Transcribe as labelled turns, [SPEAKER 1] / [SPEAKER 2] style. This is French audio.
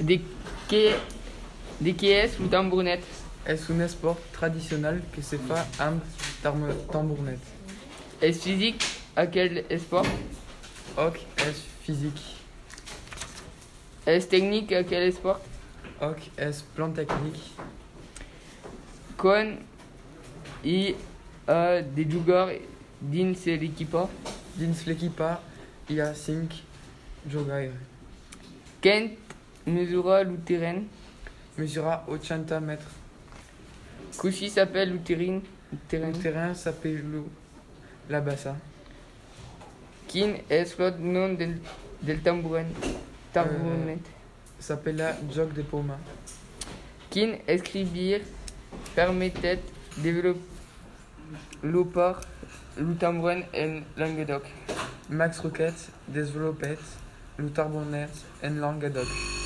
[SPEAKER 1] Des quais, des quais ou tambournettes.
[SPEAKER 2] Es un sport tradicional que se fait amb tam- tambournette.
[SPEAKER 1] Est physique à quel sport
[SPEAKER 2] Hoc es physique.
[SPEAKER 1] Est technique à quel sport
[SPEAKER 2] Hoc es plan technique.
[SPEAKER 1] Con y a des joueurs d'une série qui part.
[SPEAKER 2] Dins l'equipa, il y a 5 jogaires.
[SPEAKER 1] Kent mesura le terrain.
[SPEAKER 2] Mesura 80 mètres.
[SPEAKER 1] Couchy s'appelle le terrain. le terrain.
[SPEAKER 2] Le terrain s'appelle le- la bassa.
[SPEAKER 1] Quin est le nom del, del tambourin. Tambournette.
[SPEAKER 2] S'appelle la jog de poma.
[SPEAKER 1] Quin escribir permettait développer le tambourin en Languedoc.
[SPEAKER 2] Max Rocket, développette, le tarbonnette en Languedoc.